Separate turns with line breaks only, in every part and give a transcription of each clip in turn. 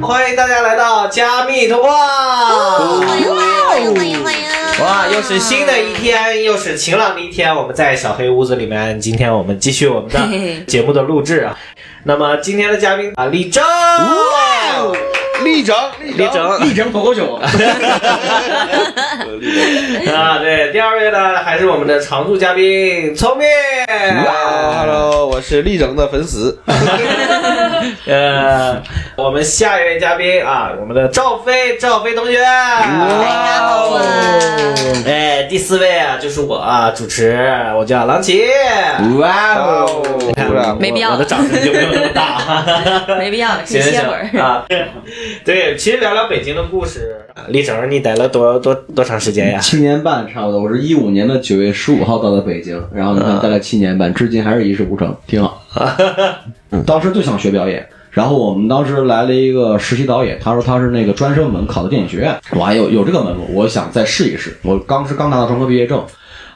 欢迎大家来到加密通
哦
话。
欢迎欢迎欢迎欢迎！
哇，啊又是新的一天，又是晴朗的一天。我们在小黑屋子里面，今天我们继续我们
嘿嘿
的节目的录制啊。那么今天的嘉宾啊，李征，
哦立整，
李征
力争脱口 秀，
啊，对，第二位呢还是我们的常驻嘉宾聪明。
，Hello，我是立整的粉丝。
呃，我们下一位嘉宾啊，我们的赵飞，赵飞同学。
大家哎好啊！
哎，第四位啊，就是我啊，主持，我叫郎奇。
哇
哦
突然
没必要
我的掌声就没有那么 大啊。
没必要，可
行
以
行
歇
行
会儿。
啊， 对，其实聊聊北京的故事。李整，你待了多多多长时间呀？
七年半差不多。我是一五年的九月十五号到的北京，然后你看待了七年半，至今还是一事无成，挺好。 嗯当时就想学表演。然后我们当时来了一个实习导演，他说他是那个专升本考的电影学院，我还有有这个门路，我想再试一试。我当时刚拿到专科毕业证，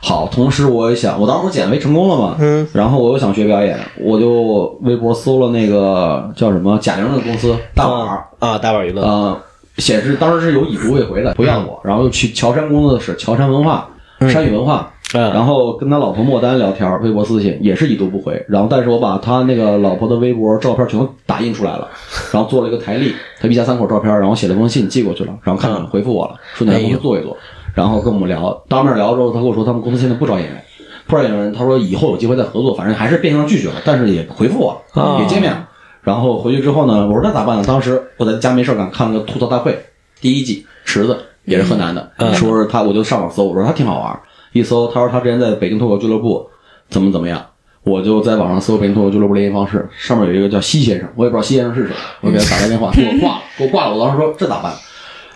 好，同时我也想，我当时不是减肥成功了嘛，嗯，然后我又想学表演，我就微博搜了那个叫什么贾玲的公司大碗儿，
啊，大碗娱乐。
呃，显示当时是有已读未回的，不要我，然后又去乔山工作室、乔山文化、山语文化，
嗯
然后跟他老婆莫丹聊天，微博私信也是已读不回，然后但是我把他那个老婆的微博照片全都打印出来了，然后做了一个台历，他一家三口照片，然后写了封信寄过去了，然后看看回复我了，顺
嗯哎
便公
呦
司做一做，然后跟我们聊，当面聊之后，他跟我说他们公司现在不招演员。不招演员，他说以后有机会再合作，反正还是变相拒绝了，但是也回复我了，
啊
也见面了。然后回去之后呢，我说那咋办呢？当时我在家没事儿干，看了个吐槽大会第一季，池子也是河南的，
嗯
说是他，我就上网搜，我说他挺好玩儿，一搜他说他之前在北京脱口俱乐部怎么怎么样。我就在网上搜北京脱口俱乐部联系方式，上面有一个叫西先生，我也不知道西先生是谁，我给他打个电话，给我挂了，给我挂了。我当时说这咋办？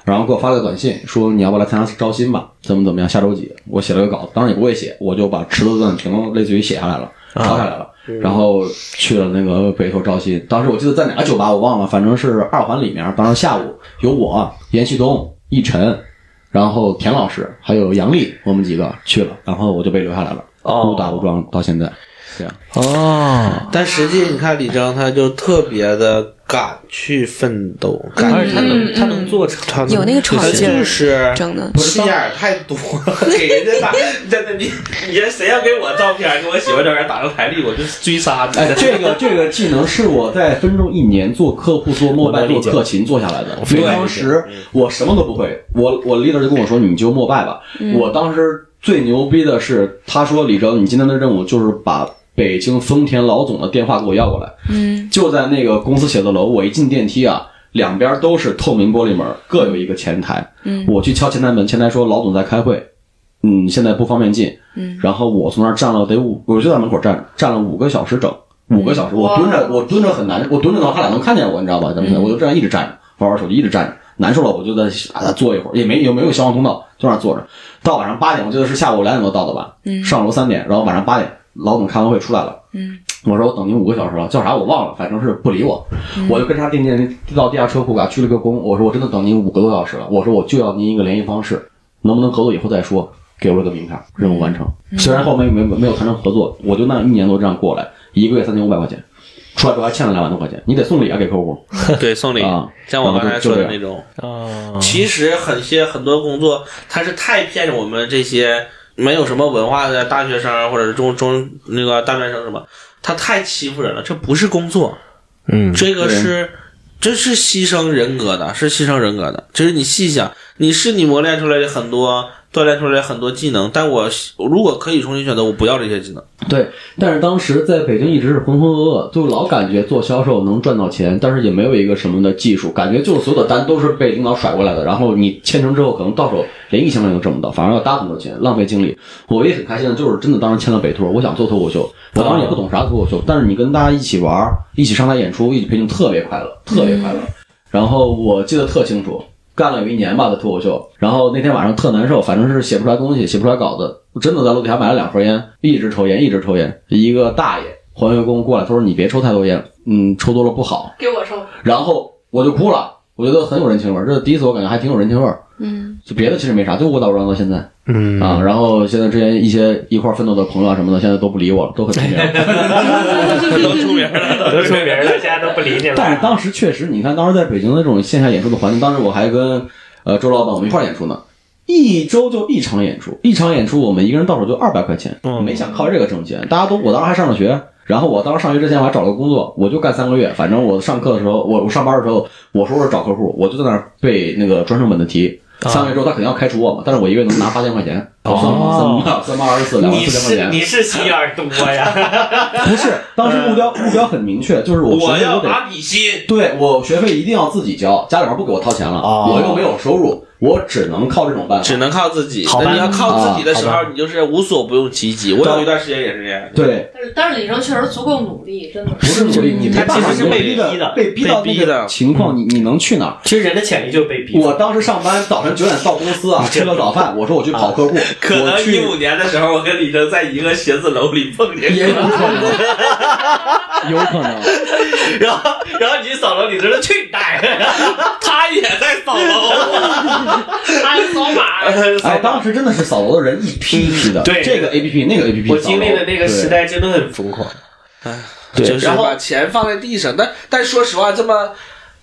然后给我发了个短信，说你要不要来参加招新吧，怎么怎么样，下周几？我写了个稿子，当然也不会写，我就把池子的短评类似于写下来了，抄下来了，然后去了那个北头招新。当时我记得在哪个酒吧我忘了，反正是二环里面。当时下午有我、严旭东、一晨，然后田老师还有杨丽，我们几个去了，然后我就被留下来了，
哦
误打误撞到现在。这样，
哦，
但实际你看李征，他就特别的敢去奋斗，敢
而且他能
嗯
他能做成，
他能
有那个闯劲儿
就是
真的
心眼儿太多了， 给人家打，真的你你这谁要给我照片，给我媳妇照片打个台历，我就追杀你。
哎，这个这个技能是我在分钟一年做客户、做
我
默
能
拜、
理
做
解
克勤做下来的。
非
因为
常
当
理解嗯
时我什么都不会，我我 leader 就跟我说：“你就默拜吧。我当时最牛逼的是，他说：“李征，你今天的任务就是把北京丰田老总的电话给我要过来。”
嗯，
就在那个公司写字楼，我一进电梯啊，两边都是透明玻璃门，各有一个前台。
嗯
我去敲前台门，前台说老总在开会，嗯，现在不方便进。
嗯，
然后我从那儿站了得五，我就在门口站，站了五个小时整，
嗯
五个小时，我蹲着，我蹲着很难，我蹲着的话，他俩能看见我，你知道
嗯
吧？咱们、我就这样一直站着，玩玩手机，一直站着。难受了，我就在啊那坐一会儿，也没有没有消防通道，就那儿坐着。到晚上八点，我记得是下午两点多到的吧，
嗯
上楼三点，然后晚上八点，老总开完会出来了，
嗯，
我说我等您五个小时了，叫啥我忘了，反正是不理我，我就跟他订电到地下车库给他鞠了个躬，我说我真的等您五个多小时了，我说我就要您一个联系方式，能不能合作以后再说，给我了个名片，任务完成。虽然后面没没没有谈成合作，我就那一年多这样过来，一个月三千五百块钱，出来之后还欠了两万多块钱，你得送礼啊给客户，
对，送礼
啊，
像我刚才说的
然后
那
就就这
种。
哦，
其实很些很多工作，它是太骗我们这些没有什么文化的大学生或者是中中那个大专生什么，他太欺负人了。这不是工作，
嗯，
这个
对
是这是牺牲人格的，是牺牲人格的。就是你细想，你是你磨练出来的很多。锻炼出来的很多技能，但我如果可以重新选择，我不要这些技能。
对，但是当时在北京一直是浑浑噩噩，就老感觉做销售能赚到钱，但是也没有一个什么的技术，感觉就是所有的单都是被领导甩过来的，然后你签成之后，可能到手连一千块钱都挣不到，反而要搭很多钱，浪费精力。我也很开心的，就是真的当时签了北托，我想做脱口秀，我当时也不懂啥脱口秀，但是你跟大家一起玩儿，一起上台演出，一起培训，特别快乐，特别快乐。然后我记得特清楚，干了有一年吧的脱口秀，然后那天晚上特难受，反正是写不出来东西，写不出来稿子，我真的在楼底下买了两盒烟，一直抽烟，一直抽烟。一个大爷环卫工过来，他说你别抽太多烟，嗯，抽多了不好。
给我抽，
然后我就哭了，我觉得很有人情味儿。这是第一次我感觉还挺有人情味儿，
嗯
就别的其实没啥，就误打误撞到现在
嗯
啊。然后现在之前一些一块儿奋斗的朋友啊什么的，现在都不理我了，都很出名。
都出名了，
都出名了，现在都不理你了。
但是当时确实，你看当时在北京的这种线下演出的环境，当时我还跟呃周老板我们一块儿演出呢，一周就一场演出，一场演出我们一个人到手就二百块钱，
嗯
没想靠这个挣钱。大家都我当时还上着学，然后我当时上学之前我还找了个工作，我就干三个月。反正我上课的时候，我我上班的时候，我说我找客户，我就在那儿背那个专升本的题。三个月之后他肯定要开除我嘛，但是我一个月能拿八千块钱，我算了
哦
三八三八二十四，两万
你
四
是
千块钱。
你是心眼儿多 呀，
不是，当时目标目标很明确，就是我
我
学费
要
我得
把笔芯。
对我学费一定要自己交，家里边不给我掏钱了，
哦
我又没有收入，我只能靠这种办法
只。能靠自己。
好吧
那你要靠自己的时
啊好
候，你就是无所不用其极。我有一段时间也是这样。
对，
但是但是李生确实足够努力，真的
不是努力，你没办
他
法，
其实是
你
被
逼
逼
的
的，嗯
被逼到
被
那
逼
个
的
情况，你你能去哪儿？
其实人的潜力就是被逼。
我当时上班早晨九点到公司啊，吃个早 饭，我说我去跑客户，
可
我
能一
去
五年的时候，我跟李征在一个写字楼里碰见
也有
过。
可 能，有可能，
然后 然后你去扫楼，你知道去你大爷！
他也在扫 楼，
他是扫码，
呃
哎，当时真的是扫楼的人一批一批的，
对
这个 A P P 那个 A P P，
我经历的那个时，代真的很疯狂。对
就是
然后
把钱放在地上，但但说实话，这么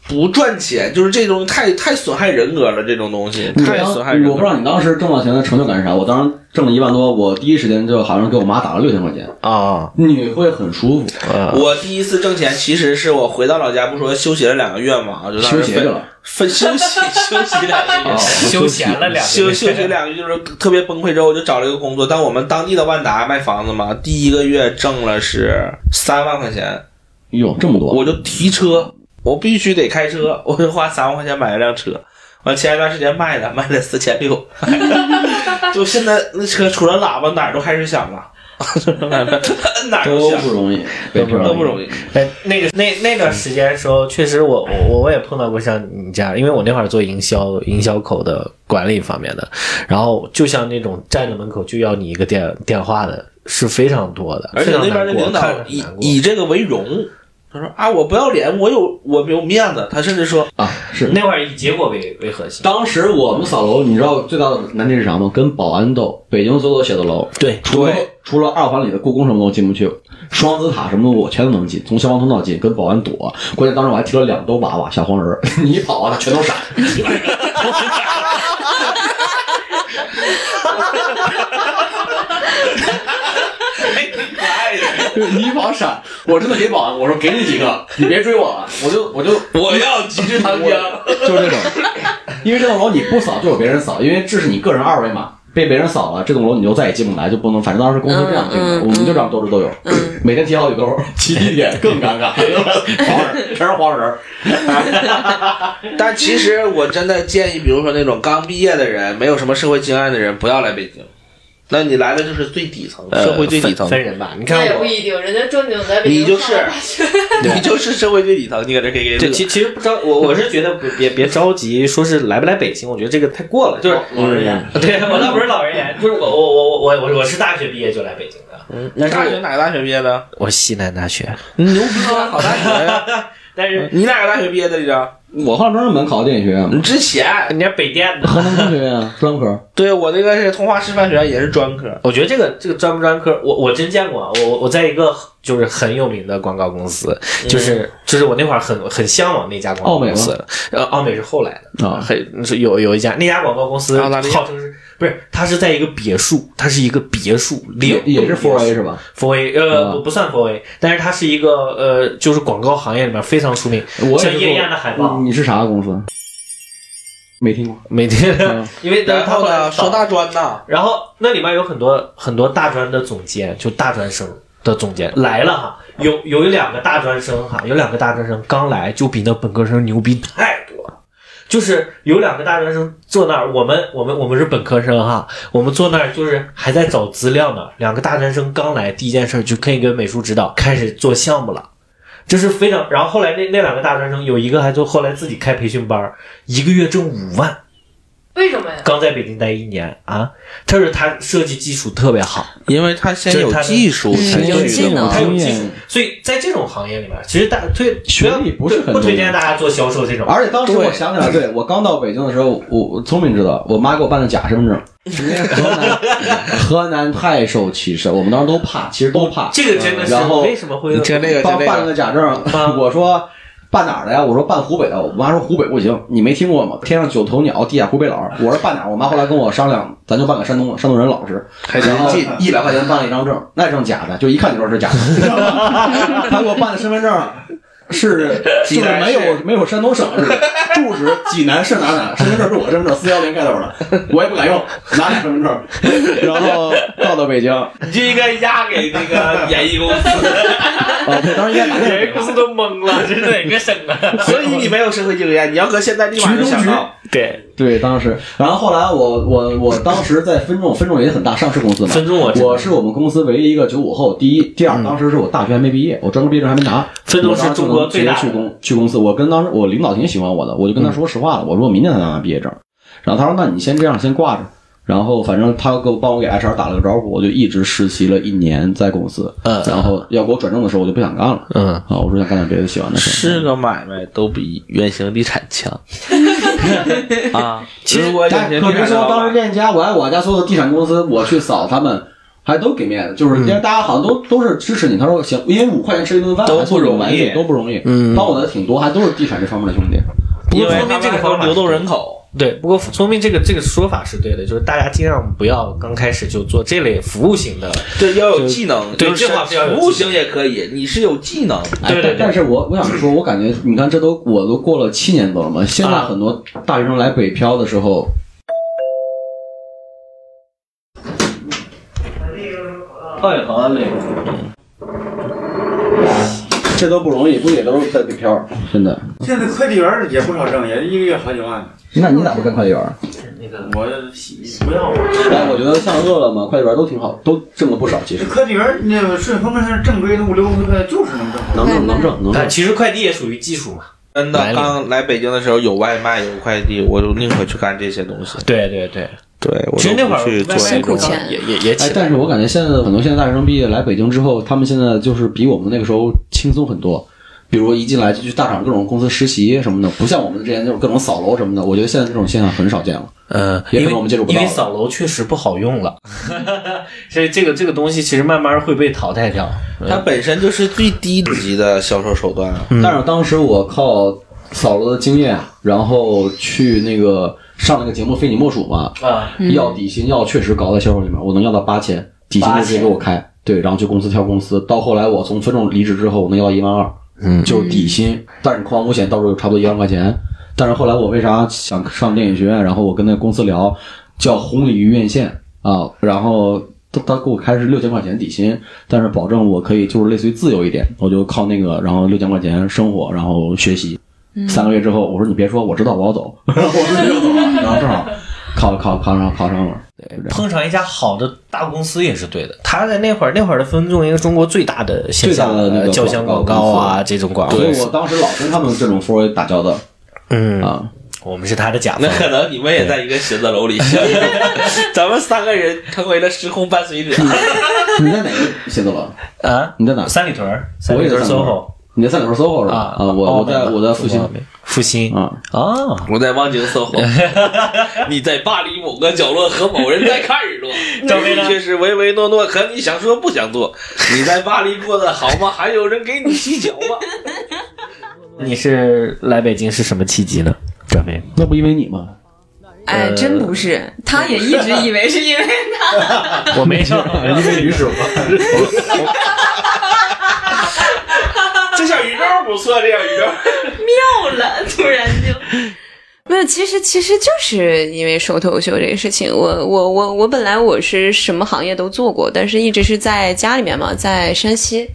不赚钱，就是这种太太损害人格了，这种东西
你
太
当
损害人格了。
我不知道你当时挣到钱的成就感是啥，我当时挣了一万多，我第一时间就好像给我妈打了六千块钱，
啊，
你会很舒服，
我第一次挣钱，其实是我回到老家，不说休息了两个月嘛，就当时
休息去了。哦
分休息休息两个月，
休闲了两
休休息两个月就是特别崩溃之后，我就找了一个工作，但我们当地的万达卖房子嘛，第一个月挣了是三万块钱，
哟，这么多！
我就提车，我必须得开车，我就花三万块钱买了辆车。我前一段时间卖了，卖了四千六， 就现在那车除了喇叭哪儿都开始响了， 哪儿
都
响
不，容易，
都不容易
都不容
易。
易。
哎，那个那那段时间的时候，确实我我我也碰到过像你这样，因为我那会儿做营销营销口的管理方面的，然后就像那种站在门口就要你一个电电话的是非常多的，
而且那边的
非常
领
难过
导
看着很
以
难过
以这个为荣，他说啊，我不要脸，我有我有面子。他甚至说，
啊，是。
那会儿以结果为为核心，
当时我们扫楼，你知道最大的难题是啥吗？跟保安斗。北京所有的写字楼，
对，
除了除了二环里的故宫什么都进不去，双子塔什么的我全都能进，从消防通道进，跟保安躲。关键当时我还提了两兜娃娃小黄人儿， 你一跑啊，他全都闪。
哎，挺可爱的，
你一跑闪，我真的给保安我说给你几 个，你别追我了，我就我就
我要极致糖浆。
就是这种，因为这栋楼你不扫就有别人扫，因为这是你个人二维码，被别人扫了，这栋楼你就再也进不来，就不能。反正当时公司这样定的，
嗯嗯
我们就这样斗智斗勇，
嗯
每天提好几 兜，骑地铁更 尴尬，黄人全是黄人儿，
但其实我真的建议，比如说那种刚毕业的人，没有什么社会经验的人，不要来北京。那你来的就是最底层，
呃
社会最底呃层，
分人吧，你看
那也不
我。
一定，人家正经在北
你就
京
是
上大学，
你就是社会最底层，你搁这给给
对，其其实不着，我我是觉得不别别着急，说是来不来北京，我觉得这个太过了，就是
老人家。
嗯
对我倒不是老人言，就是我我我我我我是大学毕业就来北京的，
嗯那大学哪个大学毕 业的？
我西南大学，
牛逼啊，好大学呀！
但是
你哪个大学毕业的？李征？
我上专门考电影学院，
你之前
人家北电的，
河南工学 院啊专科，
对我那个是通化师范学院，也是专科。
我觉得这个这个专不专科，我我真见过啊，我我我在一个就是很有名的广告公司，就是就是我那会儿很很向往那家广告公司，呃，奥美是后来的
啊
很是有有一家那家广告公司
澳大利亚
号称是不是，它是在一个别墅，它是一个别墅，
也
两
也是 Four A
别墅
是吧？
，Four A 呃
啊
不不算 Four A，但是它是一个呃就是广告行业里面非常出名，
我
像
也是
夜宴的海
Four A
报，
你是啥公司？没听 过。
每天
嗯
因为
然后呢，
说
说
到。
大专呢，
然后那里面有很多很多大专的总监，就大专生的总监来了哈，有有两个大专生哈，有两个大专生刚来就比那本科生牛逼太多了。就是有两个大专生坐那儿，我们我们我们是本科生哈，我们坐那儿就是还在找资料呢。两个大专生刚来，第一件事就可以跟美术指导开始做项目了，这是非常。然后后来那那两个大专生有一个还就后来自己开培训班儿，一个月挣五万，
为什么呀？
刚在北京待一年啊，但是他设计技术特别好，
因为他先
这是
有
他的
技术
嗯
才
有
去
技
的
能
嘛
他有技术
嗯，
所以在这种行业里面，其实大推
学历不是很
不推
重要啊
荐大家做销售这种。
而且当时
对
我想起来，对我刚到北京的时候，我我聪明知道，我妈给我办的假 身份证。因为河南，河南太受歧视，我们当时都怕，其实都怕。
哦这个真的是
啊然后
为什么会
你听这个，
帮
听这
办了
个，
个假证
啊，
我说办哪儿的呀？我说办湖北的。我妈说湖北不行，你没听过吗？天上九头鸟，地下湖北佬。我说办哪儿？我妈后来跟我商量，咱就办给山东，山东人老实。
还
然
能
后
进。
一百块钱办了一张证，那证假的，就一看就知道是假 的。他给我办的身份证 是
济
就是
南市
没有没有山东省 是住址济南是哪哪，身份证是我身份证四幺零开头的，我也不敢用，拿俩身份证， 然后到了北京，啊、
你就应该压给那 个演艺公司，
对，当时应该拿
演艺公司都懵了，这是哪个省啊？
所以你没有社会经验，你要搁现在立马就想到，
对，
对，当时，然后后来我我我当时在分众，分众也很大，上市公司 嘛。
分众我知道嗯
我是我们公司唯一一个九五后，第一，第二，当时是我大学还没毕业，我专科毕业证还没拿。
分众是中国最大
我当
的
时就能直接去公去公司，我跟当时我领导挺喜欢我的，我就跟他说实话了，我说我明年才能拿毕业证。然后他说那你先这样，先挂着。然后反正他给我帮我给 HR 打了个招呼，我就一直实习了一年在公司。
嗯
然后要给我转正的时候，我就不想干了
嗯，
啊，我说想干点别的喜欢的事。
嗯
是个买卖都比原型地产 强啊。
其实
如果
但
原型
可
地
别
产
说，
老
当时
板
链家，我爱我家所有的地产公司，我去扫他们，还都给面子，就是因为大家好像都都是支持你。他说行，因为五块钱吃一顿饭
都不容易
还做这种玩意都不容易。
嗯
帮我的挺多，还都是地产这方面的兄弟。
不
因
过
为
说
他
明这个
们
方
都
法
流动人口，
对，不过聪明这个这个说法是对的，就是大家尽量不要刚开始就做这类服务型的。
对，要有技能，
对
就是
这话是要有
服务
技能
型也可以，你是有技能，
哎
对对对
但是我我想说，我感觉你看，这都我都过了七年多了嘛，现在
啊
很多大学生来北漂的时候，
哎
太寒了。这都不容易，估计也都是在北漂，真的。
现在快递员儿也不少挣，也一个月好几万呢。
那你咋不干快递员？
那个
我不要我，
但哎我觉得像饿了么、快递员都挺好，都挣了不少，其实
这快递员儿那个顺丰那是正规的物流，呃就是能
能
挣。
挣能挣能
啊，
挣。
其实快递也属于技术嘛。
真
来
的，
了
刚来北京的时候有外卖有快递，我就宁可去干这些东西。
对对对，
对，我
其实
就
那会儿
不去做
辛
那
苦
种。
钱
也也也
哎
起，来
但是我感觉现在的很多现在大学生毕业来北京之后，他们现在就是比我们那个时候轻松很多。比如一进来就去大厂各种公司实习什么的，不像我们之前那种各种扫楼什么的。我觉得现在这种现象很少见了。
嗯，
也
因
可能
为
我们接触不
因为
到了
扫楼确实不好用了， 所以这个这个东西其实慢慢会被淘汰掉。
它本身就是最低级的销售手段啊。
嗯
但是当时我靠扫楼的经验，然后去那个上那个节目《非你莫属》嘛，
啊，
要底薪要确实高，在销售里面我能要到八千，底薪就直接给我开。对，然后去公司挑公司，到后来我从分众离职之后，我能要到一万二，
嗯
就是底薪，但是矿保险到时候差不多一万块钱。但是后来我为啥想上电影学院？然后我跟那个公司聊，叫红鲤鱼院线啊，然后他他给我开是六千块钱底薪，但是保证我可以就是类似于自由一点，我就靠那个，然后六千块钱生活，然后学习。三个月之后，我说你别说，我知道我要走， 然后我自己就走了，然后正好考考考上考上了。
碰上一家好的大公司也是对的。他在那会儿那会儿的分众，应该中国最大的线下
最大的那个
呃交相
广
广
告
告
公
啊，这种广告
所。以我当时老跟他们这种 f o r 打交道
嗯，
啊，
我们是他的甲方
那。可能你们也在一个写字楼里，
嗯
咱们三个人成为了时空伴随者。
你在哪个写字楼？
啊，
你在哪？
三里屯儿，三
我
里
也在
屯儿
三里屯
SOHO
你在三里屯 SOHO 是吧？
啊
啊，我我在我在复兴
复兴
啊，
啊，
我在望京 SOHO，你在巴黎某个角落和某人在看日落，
张飞呢
你却是唯唯诺诺，可你想说不想做。你在巴黎过得好吗？还有人给你洗脚 吗？
你是来北京是什么契机呢？张飞，
那不因为你吗？
哎，真不是，他也一直以为是因为
我没有，
因为女主。
这小鱼肉不错，这小鱼 肉。
到了，突然就。没有，其实其实就是因为收脱口秀这个事情，我我我我本来我是什么行业都做过，但是一直是在家里面嘛，在山西。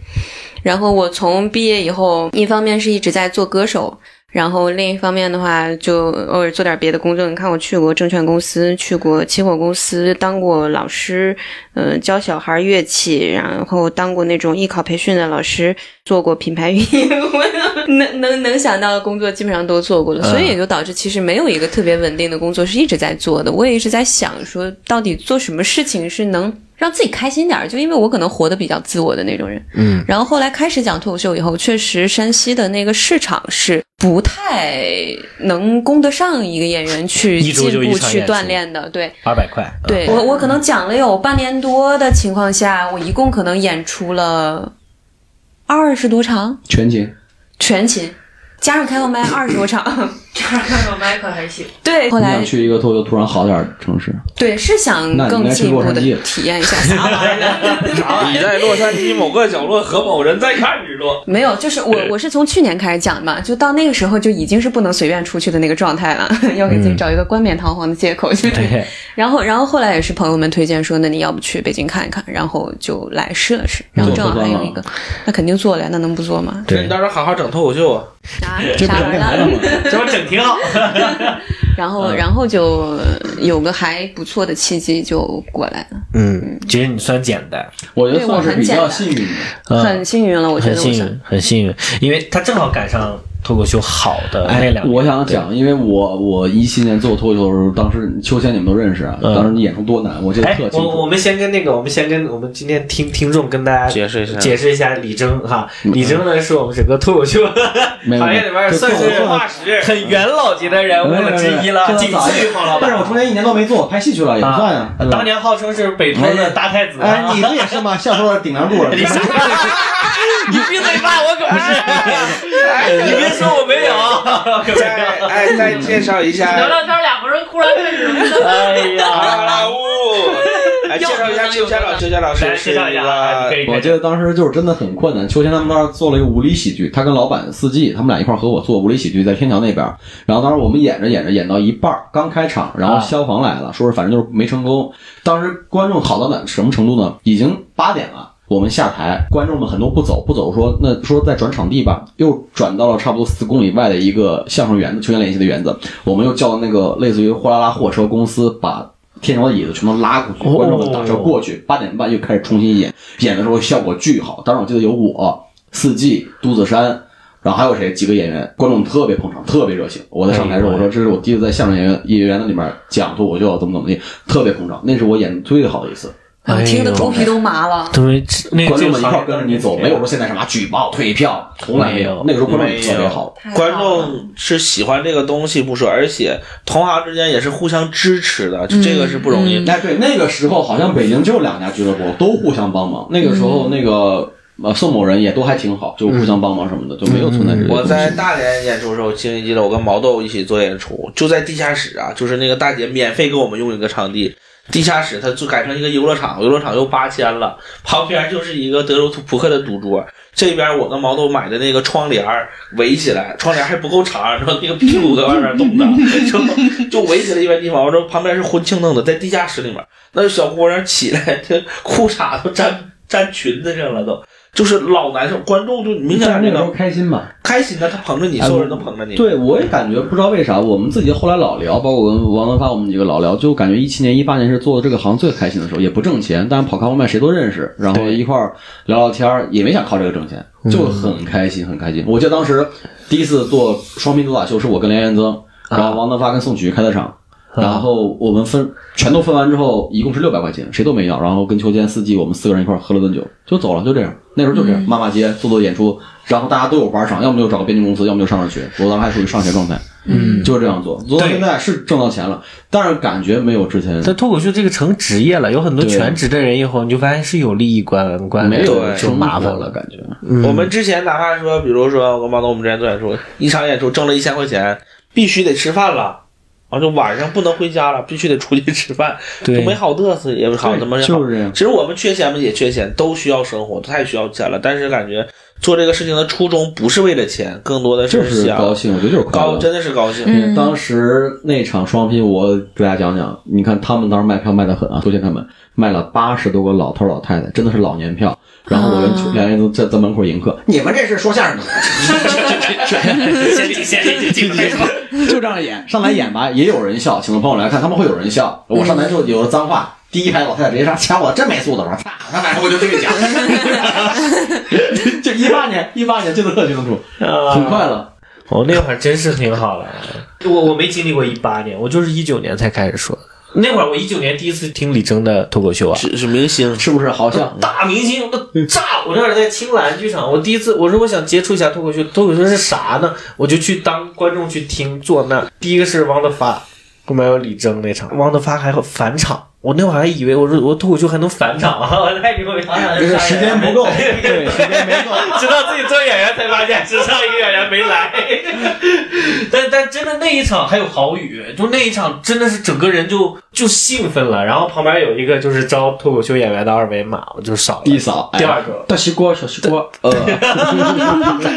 然后我从毕业以后，一方面是一直在做歌手，然后另一方面的话，就偶尔做点别的工作。你看，我去过证券公司，去过期货公司，当过老师，呃，教小孩乐器，然后当过那种艺考培训的老师，做过品牌运营， 我能能能想到的工作基本上都做过了。
嗯
所以也就导致其实没有一个特别稳定的工作是一直在做的。我也一直在想说，到底做什么事情是能。让自己开心点儿，就因为我可能活得比较自我的那种人，
嗯，
然后后来开始讲脱口秀以后，确实山西的那个市场是不太能供得上一个演员 去
一周
进
就一
步
场
去
演
锻
出
炼的。对
二百块，嗯
对，我我可能讲了有半年多的情况下，我一共可能演出了二十多场
全勤。
全勤，加上开放麦二十多 场。
这样看看麦克还行。
对，后
你
来
想去一个脱口秀突然好点儿的城市？
对是想
那你应
更
该去
进一步
洛杉
的
矶
体验一下 啥玩意儿呢。
你在洛杉矶某个角落和某人在看日落，
没有，就是我我是从去年开始讲的嘛，就到那个时候就已经是不能随便出去的那个状态了， 要给自
嗯
己找一个冠冕堂皇的借口去。
对，
然后，然后后来也是朋友们推荐说，那你要不去北京看一看，然后就来试了
嗯
试，然后正好还有一个，那肯定做了呀，那能不做吗？
那你
对，
到时候好好整脱口秀啊！
啥啥玩意儿？
这不整挺好。
然后，
啊
然后就有个还不错的契机就过来了，
嗯，其实你算简单，
我觉得
对
算
我
是
很
比
简
较
单
幸运的。
嗯
很幸运了，我觉
很
得我
幸
算
运，很幸运，因为他正好赶上脱口秀好的哎那两年。
哎我想讲，因为我我一七年做脱口秀的时候，当时秋千你们都认识啊，
嗯
当时你演出多难，我记得
哎
特，清
我我
楚。
们先跟那个，我们先跟我们今天听听众跟大家
解释一下
解释一下李征哈。
嗯
李征呢是我们整个脱口秀
没有
行业里边
这
算
脱口秀
是
啊
化石，
很元老级的人物了之一了，
哎这
谨记黄老
哎但是我中
板。
间一年都没做，拍戏去了也不算呀。对吧
当年号称是北托的大太子啊，
哎，你不也是吗？笑说顶梁柱了。
你啥？ 你闭嘴吧，我可不
哎
是。你别说我没有，我可没有。
再哎再介绍一下，
聊聊天，两个 人忽然开始
哎
好
呀，
啦呜！来哎介绍一下秋千老师，秋千老
来
师是
介
一
绍一下啊，可
个
以。可以
我记得当时就是真的很困难。秋千他们当时做了一个无理喜剧，他跟老板司机他们俩一块儿合伙做无理喜剧，在天桥那边儿。然后当时我们演着演着演到一半儿，刚开场，
啊
然后消防来了，说是反正就是没成功。当时观众好到哪什么程度呢？已经八点了。我们下台，观众们很多不走，不走说那说再转场地吧，又转到了差不多四公里外的一个相声园子，球员联系的园子。我们又叫那个类似于货拉拉货车公司把天桥的椅子全都拉过去，观众们打车过去，八点半又开始重新演，演的时候效果巨好。当时我记得有我、四季、杜子山，然后还有谁几个演员，观众特别捧场，特别热情。我在上台的时候，我说这是我第一次在相声演员演员的里面讲脱口秀，怎么怎么地，特别捧场，那是我演最好的一次。
哎
是，
哎
我听得头皮都麻了。
对，那
观
这
众
个
们一块儿
行
跟着你走，没有说现在什么举报、退票，从来没
没有
有。那个时候观众也特别好，
太好
观
了
众是喜欢这个东西不说，而且同行之间也是互相支持的，就这个是不容易。
哎，对，那个时候好像北京就两家俱乐部都互相帮忙。那个时候，那个呃宋某人也都还挺好，就互相帮忙什么的，就没有存在这个东
嗯我
西。
在大连演出的时候经历了，我跟毛豆一起做演出，就在地下室啊，就是那个大姐免费给我们用一个场地，地下室它就改成一个游乐场，游乐场又八千了，旁边就是一个德州扑克的赌桌，这边我跟毛豆买的那个窗帘儿围起来，窗帘还不够长，然后那个屁股在外面冻着， 就就围起来一边地方，然后旁边是婚庆弄的，在地下室里面，那小姑娘起来，这裤衩都粘粘裙子上了都。就是老难受，观众就明显
但是
感
那
觉
个时
到
候开心吧？
开心的，他捧着你，
哎
所有人都捧着你。
对，我也感觉不知道为啥，我们自己后来老聊，包括我跟王文发我们几个老聊，就感觉一七年、一八年是做这个行最开心的时候，也不挣钱，但是跑开放麦谁都认识，然后
对
一块儿聊聊天儿，也没想靠这个挣钱，就很开心，很开心。我记得当时第一次做双拼主打秀是我跟梁元增，然后王德发跟宋曲开的场。然后我们分全都分完之后，一共是六百块钱，谁都没要。然后跟秋千、四季我们四个人一块儿喝了顿酒，就走了，就这样。那时候就
嗯
这样，骂骂街，做做演出，然后大家都有玩赏，要么就找个编辑公司，要么就上上学。我当时还处于上学状态，嗯，就这样做，做到
对
现在是挣到钱了，但是感觉没有之前
但脱口秀这个成职业了，有很多
对
全职的人以后，你就发现是有利益关关
没
联的
有
就
生
麻
活
烦
了，。感觉。
嗯
我们之前哪怕说，比如说我跟毛东，我们之前做演出，一场演出挣了一千块钱，必须得吃饭了，然后就晚上不能回家了，必须得出去吃饭，就
对
没好嘚瑟，也好怎么也好
就是这样。
其实我们缺钱嘛，也缺钱，都需要生活，太需要钱了。但是感觉做这个事情的初衷不是为了钱，更多的
就是
想
高兴，我觉得就是快
高，
乐。
真的是高兴。
嗯
当时那场双拼，我给大家讲讲，你看他们当时卖票卖的很啊，多谢他们，卖了八十多个老头老太太，真的是老年票。然后我跟
啊
梁元宗在在门口迎客，你们这是说相声的，
先进先进进进进，
就这样演，上台演吧，也有人笑，请朋友来看，他们会有人笑。我上台之后有了脏话，第一排老太太直接说：“掐我真没素质！”我 说：“操，他反正我就这个讲。” 就一八年，一八年就能特清楚，很快乐。
我那会儿真是挺好的， 我我没经历过一八年，我就是一九年才开始说的。那会儿我一九年第一次听李征的脱口秀啊，
是是明星，
是不是好像？
大明星那炸！我那会儿在青蓝剧场，我第一次我说我想接触一下脱口秀，脱口秀是啥呢？我就去当观众去听，坐那儿。第一个是汪德发，后面有李征那场，汪德发还有返场。我那会儿还以为我说我脱口秀还能返场啊， 我太牛逼了！
就是时间不够，对，时间没够。
直到自己做演员才发现是上一个演员没来， 但但真的那一场还有郝宇，就那一场真的是整个人就就兴奋了，然后旁边有一个就是招脱口秀演员的二维码，我就扫了
一扫，哎
第二个。
大西瓜，小西瓜，呃，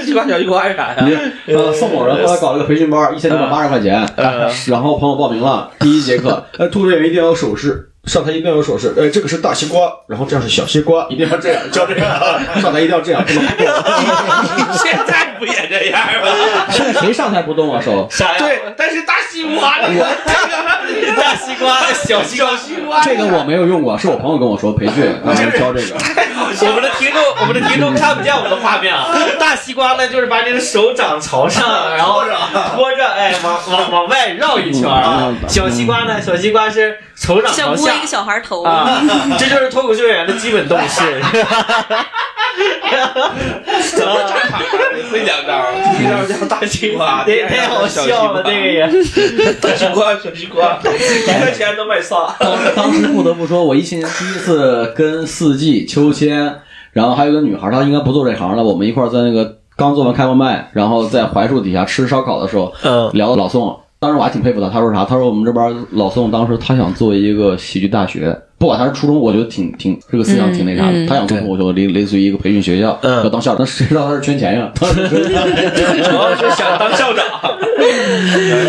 西瓜小西瓜 是啥呀？
你呃，啊宋某人后来搞了个培训班，一千九百八十块钱，
呃
然后朋友报名了第一节 课，呃，兔子演员一定要有手势。上台一定要有手势，呃，这个是大西瓜，然后这样是小西瓜，一定要这样，就要这样，上台一定要这样，不能动。
现在不也这样吗？
现在谁上台不动啊手？
啥呀？
对，但是大西瓜，你
大西瓜、小西瓜，
这个我没有用过，是我朋友跟我说培 训，让我们教这个。
我们的听众，我们的听众看不见我们的画面啊。大西瓜呢，就是把你的手掌朝
啊
上，然后拖着，哎，往往往外绕一圈啊
嗯。嗯
小西瓜呢，小西瓜是手掌
像
朝
摸
下
一个小孩头，
啊， 这就是脱口秀演员的基本动 势。
怎么这么你会两 招？第一招叫大西瓜，第
太
二
太
招
好笑了，
啊叫小西瓜
啊这个也。
大西瓜小西瓜，一块钱能买仨。
当 当时不得不说，我一七年第一次跟四季、秋千，然后还有个女孩，她应该不做这行了，我们一块儿在那个刚做完开放麦，然后在槐树底下吃烧烤的时候，
嗯
聊到老宋，当时我还挺佩服他。他说啥？他说我们这边老宋当时他想做一个喜剧大学，不管他是初中，我觉得挺挺这个思想挺那啥的。他想做脱口秀，类类似于一个培训学校，
嗯
要当校长。那谁知道他是圈钱呀？当时
主要
哦
是想当校长，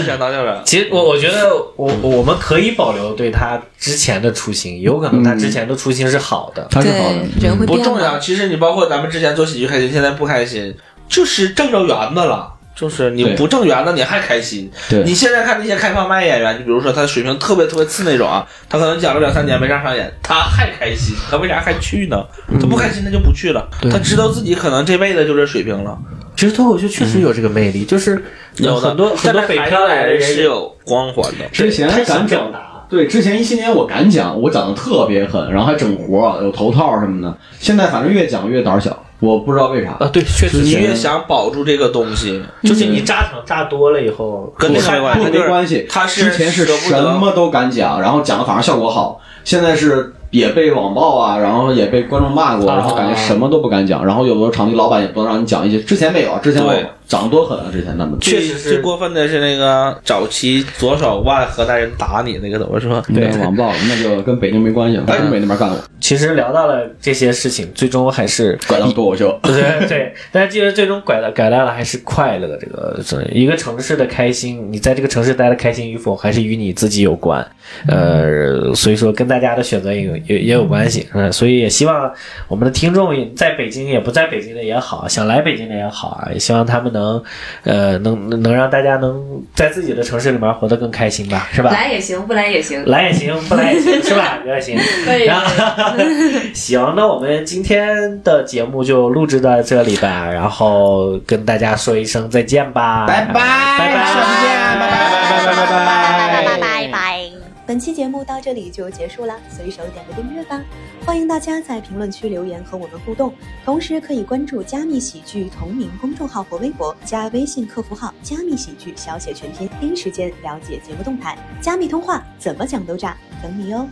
想当校长。
其实我我觉得我我们可以保留对他之前的初心，有可能他之前的初心是好的。
他是好
对
的，，
人会
不
变
重要。
的。
其实你包括咱们之前做喜剧开心，现在不开心，就是挣着圆子了。就是你
对
不挣圆子，你还开心？
对
你现在看那些开放麦演员，你比如说他的水平特别特别次那种啊，他可能讲了两三年没上上演，他还开心，他为啥还去呢？他不开心他就不去了，他知道自己可能这辈子就这水平了。
其实脱口秀确实有这个魅力，就是
有的
很 多很
但
多
是
北
还
漂来的人
是
也
有光环的。
之前
他
敢
想
整
表达。
对，之前一七年我敢讲，我讲的特别狠，然后还整活，有头套什么的。现在反正越讲越胆儿小，我不知道为啥。
啊，对，确实
你
是，
越想保住这个东西，
就是你扎场扎多了以后，
跟那个没关系，他
不没
就是
关系。
他是
之前是
舍不
什
得
么都敢讲，然后讲的反而效果好。现在是也被网暴啊，然后也被观众骂过，
啊
然后感觉什么都不敢讲。然后有的场地老板也不能让你讲一些，之前没有啊，之前我
对
长得多狠啊，之前他们。
确
最
实是
最过分的是那个早期左手腕河南人打你那个怎么说？
对网暴，那就跟北京没关系了，
哎
北京没那边干过，
其实聊到了这些事情，最终还是
拐到脱口 秀。
对对，但是其实最终拐了拐到了还是快乐这个这一个城市的开心，你在这个城市待的开心与否，还是与你自己有关。呃，所以说跟大家的选择也有也也有关系，嗯，所以也希望我们的听众也在北京也不在北京的也好，想来北京的也好啊，也希望他们能呃能能能让大家能在自己的城市里面活得更开心吧，是吧？
来也行，不来也行，
来也行，不来也行，是 吧？也行。
可以
然 后行，那我们今天的节目就录制到这里吧，然后跟大家说一声再见吧，拜拜，拜拜，
拜拜拜拜拜拜
拜拜拜。
本期节目到这里就结束啦，随手点个订阅吧。欢迎大家在评论区留言和我们互动，同时可以关注加密喜剧同名公众号或微博，加微信客服号“加密喜剧”小写全拼，第一时间了解节目动态。加密通话怎么讲都炸，等你哟、哦。